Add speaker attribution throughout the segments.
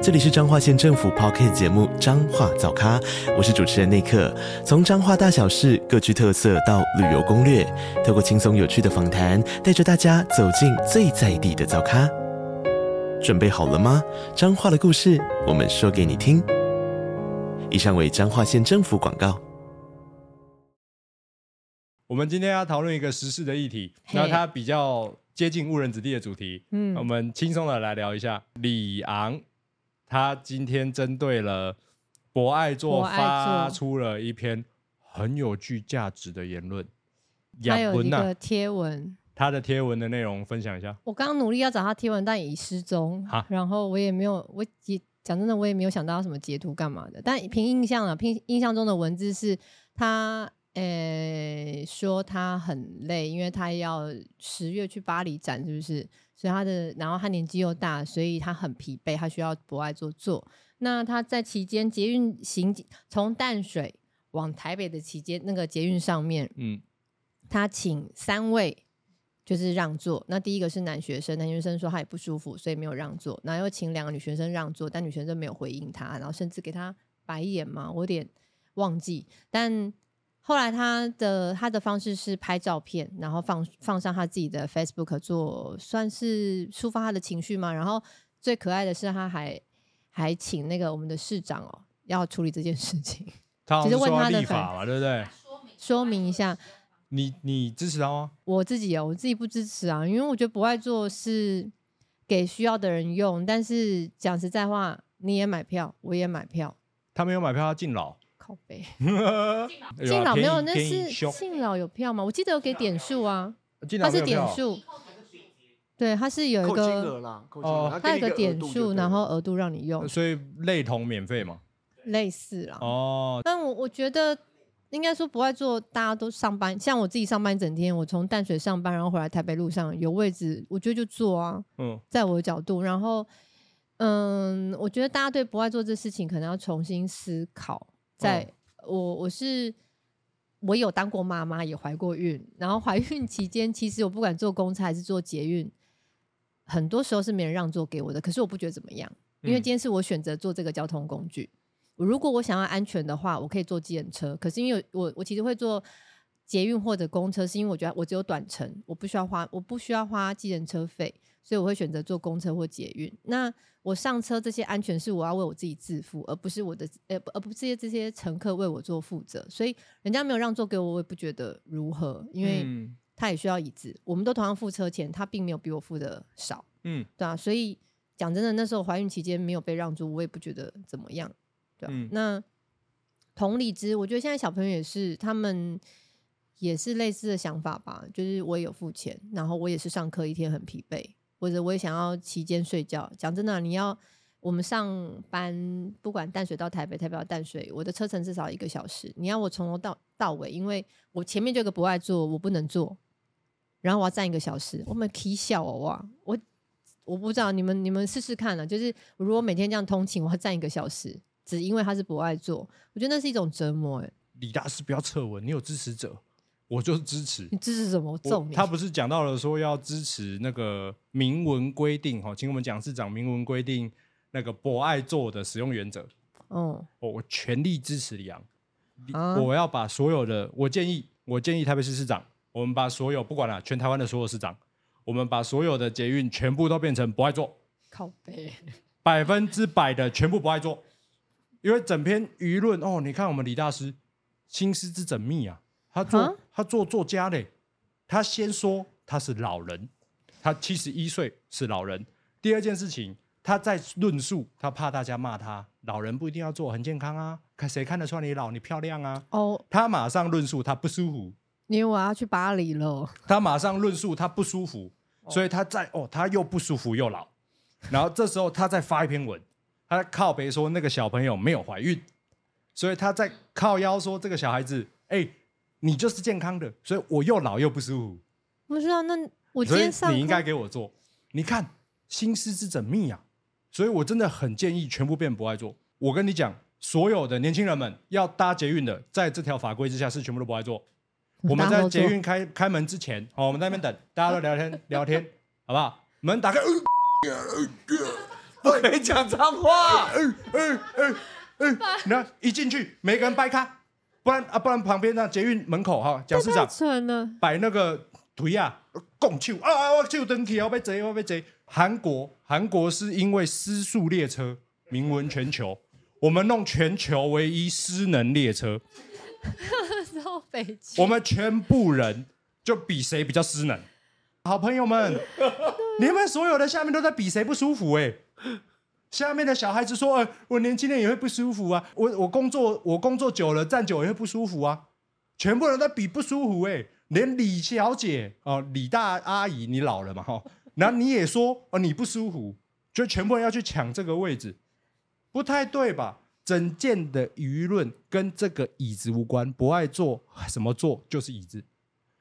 Speaker 1: 这里是彰化县政府 p o c k t 节目《彰化早咖》，我是主持人内克。从彰化大小事各具特色到旅游攻略，透过轻松有趣的访谈，带着大家走进最在地的早咖。准备好了吗？彰化的故事，我们说给你听。以上为彰化县政府广告。
Speaker 2: 我们今天要讨论一个时事的议题，
Speaker 3: 嘿
Speaker 2: 那它比较接近误人子弟的主题。
Speaker 3: 嗯
Speaker 2: 我们轻松的来聊一下李昂，他今天针对了博爱座
Speaker 3: 博爱座
Speaker 2: 发出了一篇很有具价值的言论。
Speaker 3: 还有一
Speaker 2: 文
Speaker 3: 个
Speaker 2: 呐，
Speaker 3: 贴文，
Speaker 2: 他的贴文的内容分享一下。
Speaker 3: 我刚刚努力要找他贴文，但已失踪
Speaker 2: 啊。
Speaker 3: 然后我也没有，我也讲真的，我也没有想到要什么截图干嘛的。但凭印象啊，凭印象中的文字是他，呃、说他很累，因为他要十月去巴黎展，是不是？所以他的，然后他年纪又大，所以他很疲惫，他需要博爱座坐。那他在期间捷运行从淡水往台北的期间，那个捷运上面，
Speaker 2: 嗯，
Speaker 3: 他请三位就是让座，那第一个是男学生，男学生说他也不舒服，所以没有让座，然后又请两个女学生让座，但女学生没有回应他，然后甚至给他白眼嘛，我有点忘记，但。后来他的他的方式是拍照片，然后放放上他自己的 Facebook 做，算是抒发他的情绪嘛。然后最可爱的是，他还还请那个我们的市长哦，要处理这件事情，
Speaker 2: 他好像
Speaker 3: 其实
Speaker 2: 是
Speaker 3: 问
Speaker 2: 说
Speaker 3: 他的
Speaker 2: 立
Speaker 3: 反
Speaker 2: 法嘛，对不对？
Speaker 3: 说明一下。
Speaker 2: 你你支持他吗？
Speaker 3: 我自己啊，我自己不支持啊，因为我觉得不爱做是给需要的人用，但是讲实在话，你也买票，我也买票，
Speaker 2: 他没有买票，他敬老。
Speaker 3: 靠背。
Speaker 2: 哎敬啊
Speaker 3: 敬老没有，那是
Speaker 2: 凶。
Speaker 3: 敬老有票吗？我记得有给点数啊，
Speaker 2: 敬
Speaker 3: 它
Speaker 2: 老没
Speaker 3: 是
Speaker 2: 有
Speaker 3: 点
Speaker 2: 票。
Speaker 3: 数，对，它是有一
Speaker 4: 扣金额
Speaker 3: 个，
Speaker 4: 啦，扣金
Speaker 2: 哦
Speaker 4: 额，
Speaker 3: 它有
Speaker 4: 给你
Speaker 3: 个点
Speaker 4: 额度就
Speaker 3: 数，
Speaker 4: 对
Speaker 3: 然
Speaker 4: 了
Speaker 3: 后额度让你用，
Speaker 2: 所以类同免费嘛？
Speaker 3: 类似啦。
Speaker 2: 哦，
Speaker 3: 但我我觉得应该说不爱做，大家都上班，像我自己上班一整天，我从淡水上班，然后回来台北路上有位置，我觉得就坐啊。
Speaker 2: 嗯，
Speaker 3: 在我的角度，然后，嗯，我觉得大家对不爱做这事情，可能要重新思考。在、我我是我有当过妈妈，也怀过孕，然后怀孕期间，其实我不管坐公车还是坐捷运，很多时候是没人让座给我的，可是我不觉得怎么样，因为
Speaker 2: 嗯
Speaker 3: 今天是我选择坐这个交通工具。如果我想要安全的话，我可以坐计程车。可是因为我我其实会坐捷运或者公车，是因为我觉得我只有短程，我不需要花我不需要花计程车费，所以我会选择坐公车或捷运。那我上车这些安全是我要为我自己自负，而不是我的呃不而不是这些这些乘客为我做负责。所以人家没有让座给我，我也不觉得如何，因为
Speaker 2: 嗯
Speaker 3: 他也需要椅子，我们都同样付车钱，他并没有比我付的少。
Speaker 2: 嗯
Speaker 3: 对啊，所以讲真的，那时候怀孕期间没有被让座，我也不觉得怎么样，对啊，
Speaker 2: 嗯
Speaker 3: 那同理之，我觉得现在小朋友也是，他们也是类似的想法吧，就是我也有付钱，然后我也是上课一天很疲惫，或者我也想要期间睡觉。讲真的啊，你要我们上班，不管淡水到台北，台北到淡水，我的车程至少一个小时。你要我从头到到尾，因为我前面就有个不爱坐，我不能坐，然后我要站一个小时，我们踢笑哦哇！我我不知道你们你们试试看啊，就是我如果每天这样通勤，我要站一个小时，只因为他是不爱坐，我觉得那是一种折磨、欸。
Speaker 2: 李大师不要撤文，你有支持者，我就是支持
Speaker 3: 你。支持什么？我揍
Speaker 2: 我
Speaker 3: 你！
Speaker 2: 他不是讲到了说要支持那个明文规定哈，请我们蒋市长明文规定那个博爱座的使用原则。
Speaker 3: 嗯，
Speaker 2: 我我全力支持李昂，李
Speaker 3: 啊
Speaker 2: 我要把所有的，我建议，我建议台北市市长，我们把所有不管了、全台湾的所有市长，我们把所有的捷运全部都变成博爱座。
Speaker 3: 靠背。
Speaker 2: 百分之百的全部不爱做，因为整篇舆论哦，你看我们李大师心思之缜密啊，他做、
Speaker 3: 啊
Speaker 2: 他做作家嘞，他先说他是老人，他七十一岁是老人。第二件事情，他在论述，他怕大家骂他，老人不一定要做，很健康啊，看谁看得出来你老，你漂亮啊。
Speaker 3: 哦，
Speaker 2: 他马上论述他不舒服，
Speaker 3: 因为我要去巴黎了。
Speaker 2: 他马上论述他不舒服，所以他在哦，他又不舒服又老，然后这时候他再发一篇文，他靠北说那个小朋友没有怀孕，所以他在靠腰说这个小孩子，哎、你就是健康的，所以我又老又不舒服，
Speaker 3: 不是啊，那我今
Speaker 2: 所以
Speaker 3: 天上
Speaker 2: 你应
Speaker 3: 课
Speaker 2: 该给我做。你看，心思之缜密啊！所以我真的很建议全部变不爱做。我跟你讲，所有的年轻人们要搭捷运的，在这条法规之下是全部都不爱做。我们在捷运开开门之前，好、我们在那边等，大家都聊天聊天，好不好？门打开，呃不可以讲脏话。嗯嗯嗯嗯，你看一进去，每个人掰开，不然啊，不然旁边那捷运门口哈，蒋市
Speaker 3: 太
Speaker 2: 长
Speaker 3: 蠢了，
Speaker 2: 摆那个腿啊，拱手啊啊，我手登起，我被贼，我被贼。韩国，韩国是因为失速列车名闻全球，我们弄全球唯一失能列车，
Speaker 3: 超北京
Speaker 2: 我们全部人就比谁比较失能。好朋友们，你们所有的下面都在比谁不舒服哎、下面的小孩子说：“呃，我年轻人也会不舒服啊，我我工作我工作久了站久也会不舒服啊。”全部人在比不舒服哎、连李小姐哦，李大阿姨，你老了嘛哈、哦， 然后你也说哦你不舒服，就全部人要去抢这个位置，不太对吧？整件的舆论跟这个椅子无关，不爱坐什么坐就是椅子。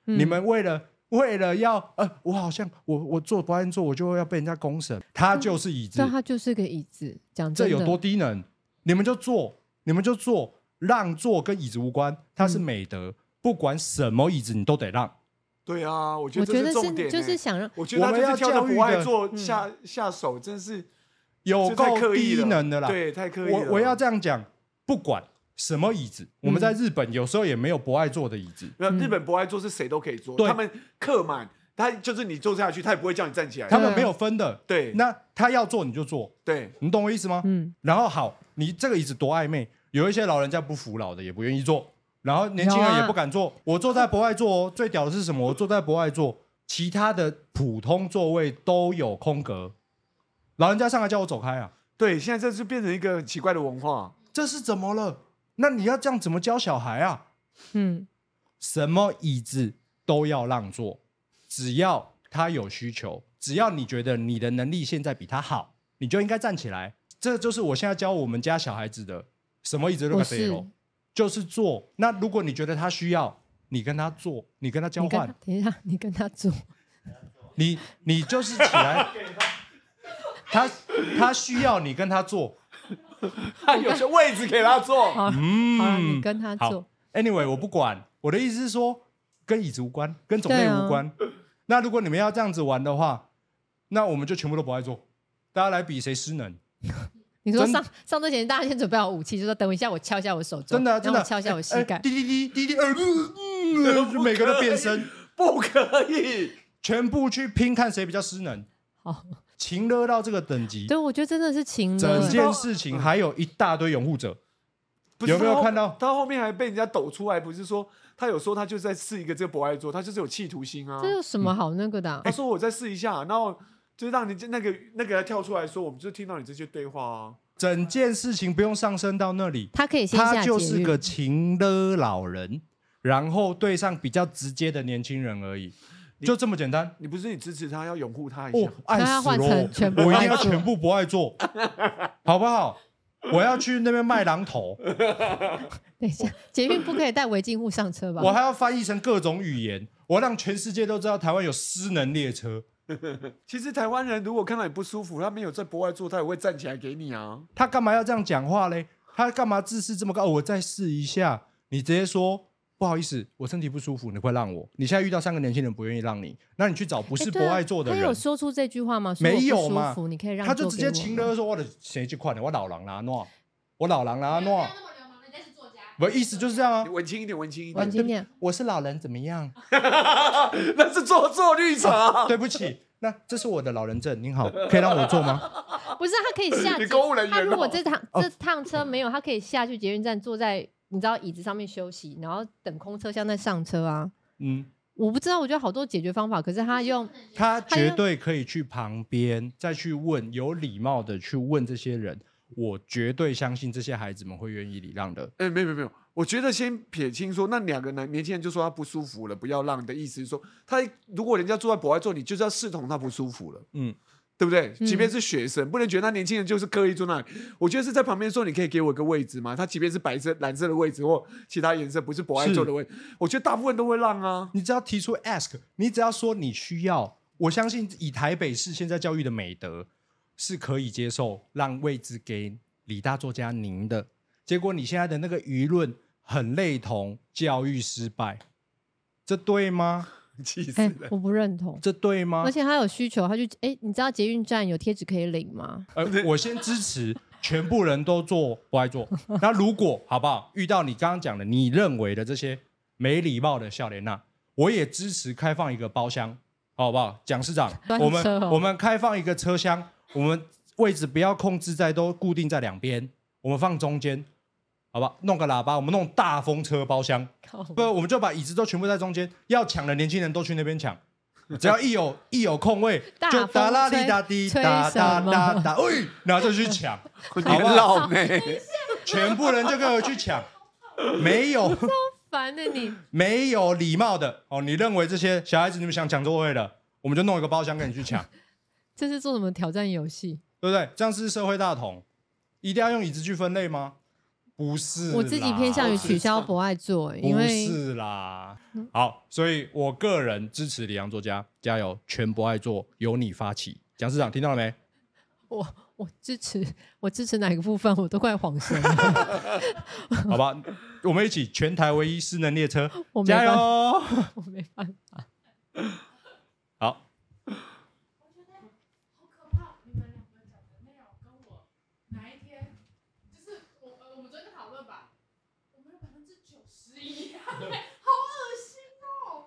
Speaker 2: 你们为了为了要呃，我好像我我坐不爱坐，我就要被人家公审，它就是椅子。
Speaker 3: 但它啊就是个椅子，讲
Speaker 2: 这
Speaker 3: 真
Speaker 2: 有
Speaker 3: 的
Speaker 2: 多低能？你们就做，你们就做，让座跟椅子无关，它是
Speaker 3: 嗯
Speaker 2: 美德，不管什么椅子你都得让。
Speaker 4: 对啊，我觉
Speaker 3: 我
Speaker 4: 得这
Speaker 3: 觉得
Speaker 4: 重
Speaker 3: 是
Speaker 4: 点、欸
Speaker 2: 欸
Speaker 3: 就是，嗯想让
Speaker 4: 我觉得他
Speaker 2: 我们
Speaker 4: 就是
Speaker 2: 要
Speaker 4: 挑
Speaker 2: 教
Speaker 4: 着
Speaker 2: 育
Speaker 4: 不
Speaker 2: 的
Speaker 4: 爱做下下手，真是
Speaker 2: 有
Speaker 4: 这太
Speaker 2: 够
Speaker 4: 刻
Speaker 2: 低
Speaker 4: 意了
Speaker 2: 能的啦！
Speaker 4: 对，太刻意了。嗯
Speaker 2: 我我要这样讲，不管什么椅子，我们在日本有时候也没有不爱坐的椅子，
Speaker 4: 那
Speaker 3: 嗯
Speaker 4: 日本不爱做是谁都可以做，
Speaker 2: 对
Speaker 4: 他们刻满，他就是你坐下去，他也不会叫你站起来。
Speaker 2: 他们没有分的。
Speaker 4: 对
Speaker 2: 那他要坐你就坐，
Speaker 4: 对
Speaker 2: 你懂我意思吗？
Speaker 3: 嗯，
Speaker 2: 然后好，你这个椅子多暧昧，有一些老人家不服老的也不愿意坐，然后年轻
Speaker 3: 有
Speaker 2: 人
Speaker 3: 啊
Speaker 2: 也不敢坐。我坐在博爱座哦，最屌的是什么？我坐在博爱座，其他的普通座位都有空格，老人家上来叫我走开啊，
Speaker 4: 对，现在这就变成一个很奇怪的 文化。
Speaker 2: 这是怎么了？那你要这样怎么教小孩啊？
Speaker 3: 嗯
Speaker 2: 什么椅子都要让座，只要他有需求，只要你觉得你的能力现在比他好，你就应该站起来。这就是我现在教我们家小孩子的，什么椅子都
Speaker 3: 我
Speaker 2: 可以
Speaker 3: 是
Speaker 2: 有，就是坐。那如果你觉得他需要，你跟他坐，你跟他交
Speaker 3: 你跟他
Speaker 2: 换，
Speaker 3: 等一下，你跟他做，
Speaker 2: 你你就是起 来，他他需要你跟他坐。
Speaker 4: 他有些位置给他坐，
Speaker 3: 好，
Speaker 2: 嗯，
Speaker 3: 好啦你跟他
Speaker 2: 好
Speaker 3: 做，
Speaker 2: Anyway，我不管，我的意思是说，跟椅子无关，跟种类
Speaker 3: 对啊
Speaker 2: 无关。那如果你们要这样子玩的话，那我们就全部都不爱做，大家来比谁失能。
Speaker 3: 你说
Speaker 2: 真
Speaker 3: 上上桌前大家先准备好武器，就说等一下我敲一下我手肘，
Speaker 2: 真的啊、真的
Speaker 3: 然后
Speaker 2: 啊，
Speaker 3: 我敲一下我膝盖
Speaker 2: 哎，滴滴滴滴滴，呃，嗯呃 就每个都变身，
Speaker 4: 不可以。
Speaker 2: 全部去拼看谁比较失能，
Speaker 3: 好，
Speaker 2: 情勒到这个等级
Speaker 3: 对，，我觉得真的是情
Speaker 2: 整
Speaker 3: 了，
Speaker 2: 件事情还有一大堆拥护者。
Speaker 4: 不是
Speaker 2: 有没有
Speaker 4: 他后
Speaker 2: 看到
Speaker 4: 他后面还被人家抖出来？不是说他有说他就在试一个这个不爱做，他就是有企图心啊
Speaker 3: 这。有什么
Speaker 2: 嗯
Speaker 3: 好那个的啊
Speaker 2: 哎
Speaker 4: 他？说我再试一下，然后就让你那个那个跳出来说，我们就听到你这些对话啊。
Speaker 2: 整件事情不用上升到那里，
Speaker 3: 他可以先下
Speaker 2: 他就
Speaker 3: 监
Speaker 2: 是
Speaker 3: 狱
Speaker 2: 个情勒老人，然后对上比较直接的年轻人而已，就这么简单。
Speaker 4: 你不是你支持他，要拥护他一
Speaker 2: 哦
Speaker 4: 下。，
Speaker 2: 爱
Speaker 3: 他要
Speaker 2: 死
Speaker 3: 换
Speaker 2: 咯
Speaker 3: 成全部
Speaker 2: 我一定
Speaker 3: 不爱
Speaker 2: 要
Speaker 3: 做
Speaker 2: 全部不爱做，好不好？我要去那边卖榔头，
Speaker 3: 等一下，捷运不可以带违禁物上车吧？
Speaker 2: 我还要翻译成各种语言，我让全世界都知道台湾有失能列车，
Speaker 4: 其实台湾人如果看到你不舒服，他没有在博爱做，他也会站起来给你啊。
Speaker 2: 他干嘛要这样讲话嘞？他干嘛自视这么高？哦我再试一下，你直接说。不好意思，我身体不舒服，你会让我。你现在遇到三个年轻人不愿意让你，那你去找不
Speaker 3: 哎
Speaker 2: 是不
Speaker 3: 对啊
Speaker 2: 爱做的人。
Speaker 3: 他有说出这句话吗？说
Speaker 2: 没有
Speaker 3: 我不
Speaker 2: 嘛
Speaker 3: 舒服，你可以让
Speaker 2: 他
Speaker 3: 座
Speaker 2: 就直接
Speaker 3: 给我
Speaker 2: 情
Speaker 3: 吗
Speaker 2: 勒说我的谁去快点，我老狼啦诺，我老啊狼啦
Speaker 5: 不要
Speaker 2: 诺
Speaker 5: 那，么流氓，人家是作家。
Speaker 2: 不意思就是这样啊
Speaker 4: 你。文青一点，文青一
Speaker 3: 文
Speaker 4: 点，
Speaker 3: 青点，
Speaker 2: 我是老人怎么样？
Speaker 4: 那是做做绿茶。
Speaker 2: 对不起，那这是我的老人证，您好，可以让我坐吗？
Speaker 3: 不是他可以 下
Speaker 4: 你
Speaker 3: 捷
Speaker 4: 公务人员
Speaker 3: 他如果
Speaker 4: 哦
Speaker 3: 这趟这趟车没有，他可以下去捷运站坐在你知道椅子上面休息，然后等空车厢再上车啊。
Speaker 2: 嗯，
Speaker 3: 我不知道，我觉得好多解决方法，可是 他用
Speaker 2: 他
Speaker 3: 哎
Speaker 2: 绝对可以去旁边再去问，有礼貌的去问这些人，我绝对相信这些孩子们会愿意礼让的。
Speaker 4: 哎、没有没有没有，我觉得先撇清说，那两个男年轻人就说他不舒服了，不要让的意思是说，他如果人家坐在博爱座，你就是要视同他不舒服了，
Speaker 2: 嗯，
Speaker 4: 对不对？
Speaker 3: 嗯
Speaker 4: 即便是学生，不能觉得那年轻人就是刻意坐那里。我觉得是在旁边说，你可以给我一个位置吗？他即便是白色、蓝色的位置或其他颜色，不是博爱座的位置，我觉得大部分都会让啊。
Speaker 2: 你只要提出 ask，你只要说你需要，我相信以台北市现在教育的美德，是可以接受让位置给李大作家您的。结果你现在的那个舆论很类同教育失败，这对吗？
Speaker 4: 气死
Speaker 3: 哎、
Speaker 4: 了！
Speaker 3: 我不认同。
Speaker 2: 这对吗？
Speaker 3: 而且他有需求，他就哎、你知道捷运站有贴纸可以领吗？
Speaker 2: 呃，我先支持全部人都做不爱做。那如果好不好？遇到你刚刚讲的，你认为的这些没礼貌的笑脸娜，我也支持开放一个包厢，好不好？蒋市长，
Speaker 3: 端
Speaker 2: 我们
Speaker 3: 车哦
Speaker 2: 我们开放一个车厢，我们位置不要控制在都固定在两边，我们放中间，好吧？弄个喇叭，我们弄大风车包厢，不，我们就把椅子都全部在中间，要抢的年轻人都去那边抢。只要一有一有空位，
Speaker 3: 大
Speaker 2: 就
Speaker 3: 风
Speaker 2: 哒啦
Speaker 3: 吹
Speaker 2: 滴哒滴
Speaker 3: 吹
Speaker 2: 哒哒
Speaker 3: 什么
Speaker 2: 哒哒，喂，然后就去抢，
Speaker 4: 你
Speaker 2: 好
Speaker 4: 很
Speaker 2: 吧
Speaker 4: 老呢，
Speaker 2: 全部人就跟我去抢，没有
Speaker 3: 烦的你，
Speaker 2: 没有礼貌的哦。你认为这些小孩子你们想抢座位了，我们就弄一个包厢跟你去抢，
Speaker 3: 这是做什么挑战游戏？
Speaker 2: 对不对？这样是社会大同，一定要用椅子去分类吗？不是啦，
Speaker 3: 我自己偏向于取消不爱做、哎因
Speaker 2: 不
Speaker 3: 为嗯
Speaker 2: 是啦。好，所以我个人支持李阳作家，加油，全不爱做，由你发起。蒋市长听到了没？
Speaker 3: 我我支持我支持哪个部分，我都快恍神了。
Speaker 2: 好吧，我们一起全台唯一失能列车
Speaker 3: 我，没
Speaker 2: 加
Speaker 3: 办法
Speaker 2: 油！
Speaker 3: 我没办法。
Speaker 2: 好，
Speaker 5: 哪一天，就是我呃，我们昨天讨论吧，我们有百分之九十一，好恶心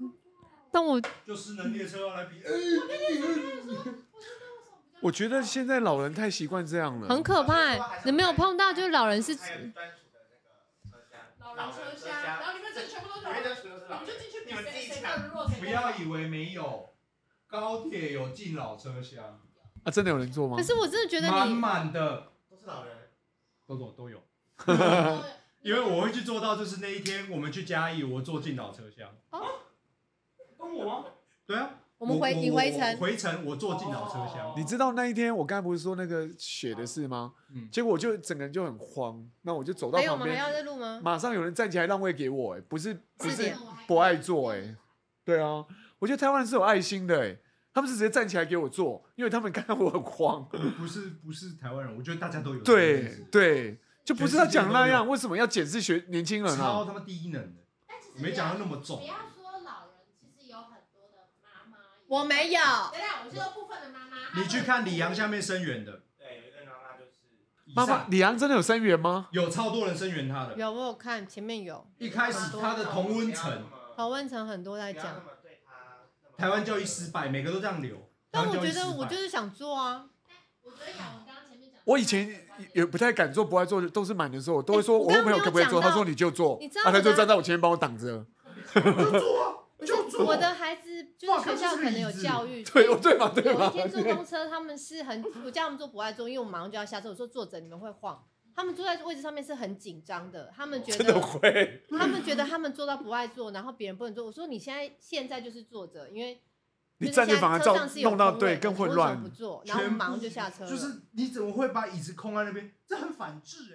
Speaker 5: 哦！
Speaker 3: 但我
Speaker 2: 就失能列车要来比。
Speaker 4: 我觉得现在老人太习惯这样了，
Speaker 3: 很可怕、哎你没有碰到，就是老人是
Speaker 2: 嗯
Speaker 5: 老人车厢，然后你们这全部都是老人，我们就进去比谁谁更弱，谁
Speaker 2: 不要以为没有，高铁有敬老车厢，
Speaker 4: 啊！真的有人做吗
Speaker 3: 可？是我真的觉得
Speaker 2: 满
Speaker 3: 你，
Speaker 2: 满的
Speaker 6: 都是老人，
Speaker 2: 都有都有。
Speaker 5: 更弱
Speaker 2: 因为我会去做到，就是那一天我们去嘉义，我坐敬老车厢。
Speaker 3: 哦
Speaker 2: 跟我吗？对啊。
Speaker 3: 我们回你回
Speaker 2: 我
Speaker 3: 程哦
Speaker 2: 我回程我坐敬老车厢。
Speaker 4: 你知道那一天我刚才不是说那个雪的事吗？
Speaker 2: 嗯
Speaker 4: 结果我就整个人就很慌，那我就走到
Speaker 3: 还有我
Speaker 4: 旁
Speaker 3: 们还要
Speaker 4: 边，
Speaker 3: 再录吗？
Speaker 4: 马上有人站起来让位给我、哎，不是不
Speaker 3: 是
Speaker 4: 是
Speaker 3: 你
Speaker 4: 不爱坐、哎，对啊，我觉得台湾人是有爱心的、哎，他们是直接站起来给我坐，因为他们看到我 很慌，
Speaker 2: 不是不是台湾人，我觉得大家都有。
Speaker 4: 对，对，就不是他讲
Speaker 2: 全
Speaker 4: 那
Speaker 2: 世界都
Speaker 4: 样，为什么要检视学年轻人
Speaker 2: 超
Speaker 4: 啊？
Speaker 2: 他妈低能的，
Speaker 7: 但其实
Speaker 2: 没讲到那么重
Speaker 7: 不。要说老人，其实有很多的妈妈。
Speaker 3: 我没有，
Speaker 7: 等等，我是说部分的妈妈。
Speaker 2: 你去看李阳下面声援的，
Speaker 6: 对，有一个妈妈就是
Speaker 2: 以
Speaker 4: 妈妈，
Speaker 2: 上
Speaker 4: 李昂真的有生源吗？
Speaker 2: 有超多人声援他的。
Speaker 3: 有我有看前面有
Speaker 2: 一开始他的同温层，
Speaker 3: 讨论层很多在讲，，
Speaker 2: 台湾教育失败，每个都这样流。
Speaker 3: 但我
Speaker 2: 台湾教育
Speaker 3: 觉
Speaker 2: 失败
Speaker 3: 得我就是想做啊，
Speaker 7: 哎我觉得雅文刚刚前面讲，
Speaker 4: 我以前也不太敢做，不爱做，都是满的时候，我都会说
Speaker 3: 哎我
Speaker 4: 我
Speaker 3: 刚
Speaker 4: 问
Speaker 3: 刚
Speaker 4: 朋友可不可以做，
Speaker 3: 没有讲到
Speaker 4: 他说你就做
Speaker 3: 你知道，我
Speaker 4: 啊，他就
Speaker 3: 的
Speaker 4: 站在我前面帮我挡着，
Speaker 3: 不是我的孩子就是学校可能有教育，
Speaker 4: 对，我对吧？对啊
Speaker 3: 有一
Speaker 4: 吧？
Speaker 3: 天坐公车，他们是很，我叫他们坐不爱坐，因为我马上就要下车，我说坐着你们会晃。他们坐在位置上面是很紧张的，他们觉
Speaker 4: 真的
Speaker 3: 得
Speaker 4: 会，
Speaker 3: 他们觉得他们坐到不爱坐，然后别人不能坐。我说你现在现在就是坐着，因为
Speaker 4: 你
Speaker 3: 就是
Speaker 4: 站着
Speaker 3: 现在
Speaker 4: 反而
Speaker 3: 车
Speaker 4: 造
Speaker 3: 上是有
Speaker 4: 弄到
Speaker 3: 空位
Speaker 4: 对
Speaker 3: 的
Speaker 4: 更
Speaker 3: 你为
Speaker 4: 混
Speaker 3: 什么
Speaker 4: 乱
Speaker 3: 不。坐，然后我
Speaker 2: 全
Speaker 3: 们
Speaker 2: 部
Speaker 3: 马上就下车了。
Speaker 2: 就是你怎么会把椅子空在那边？这很反智哎、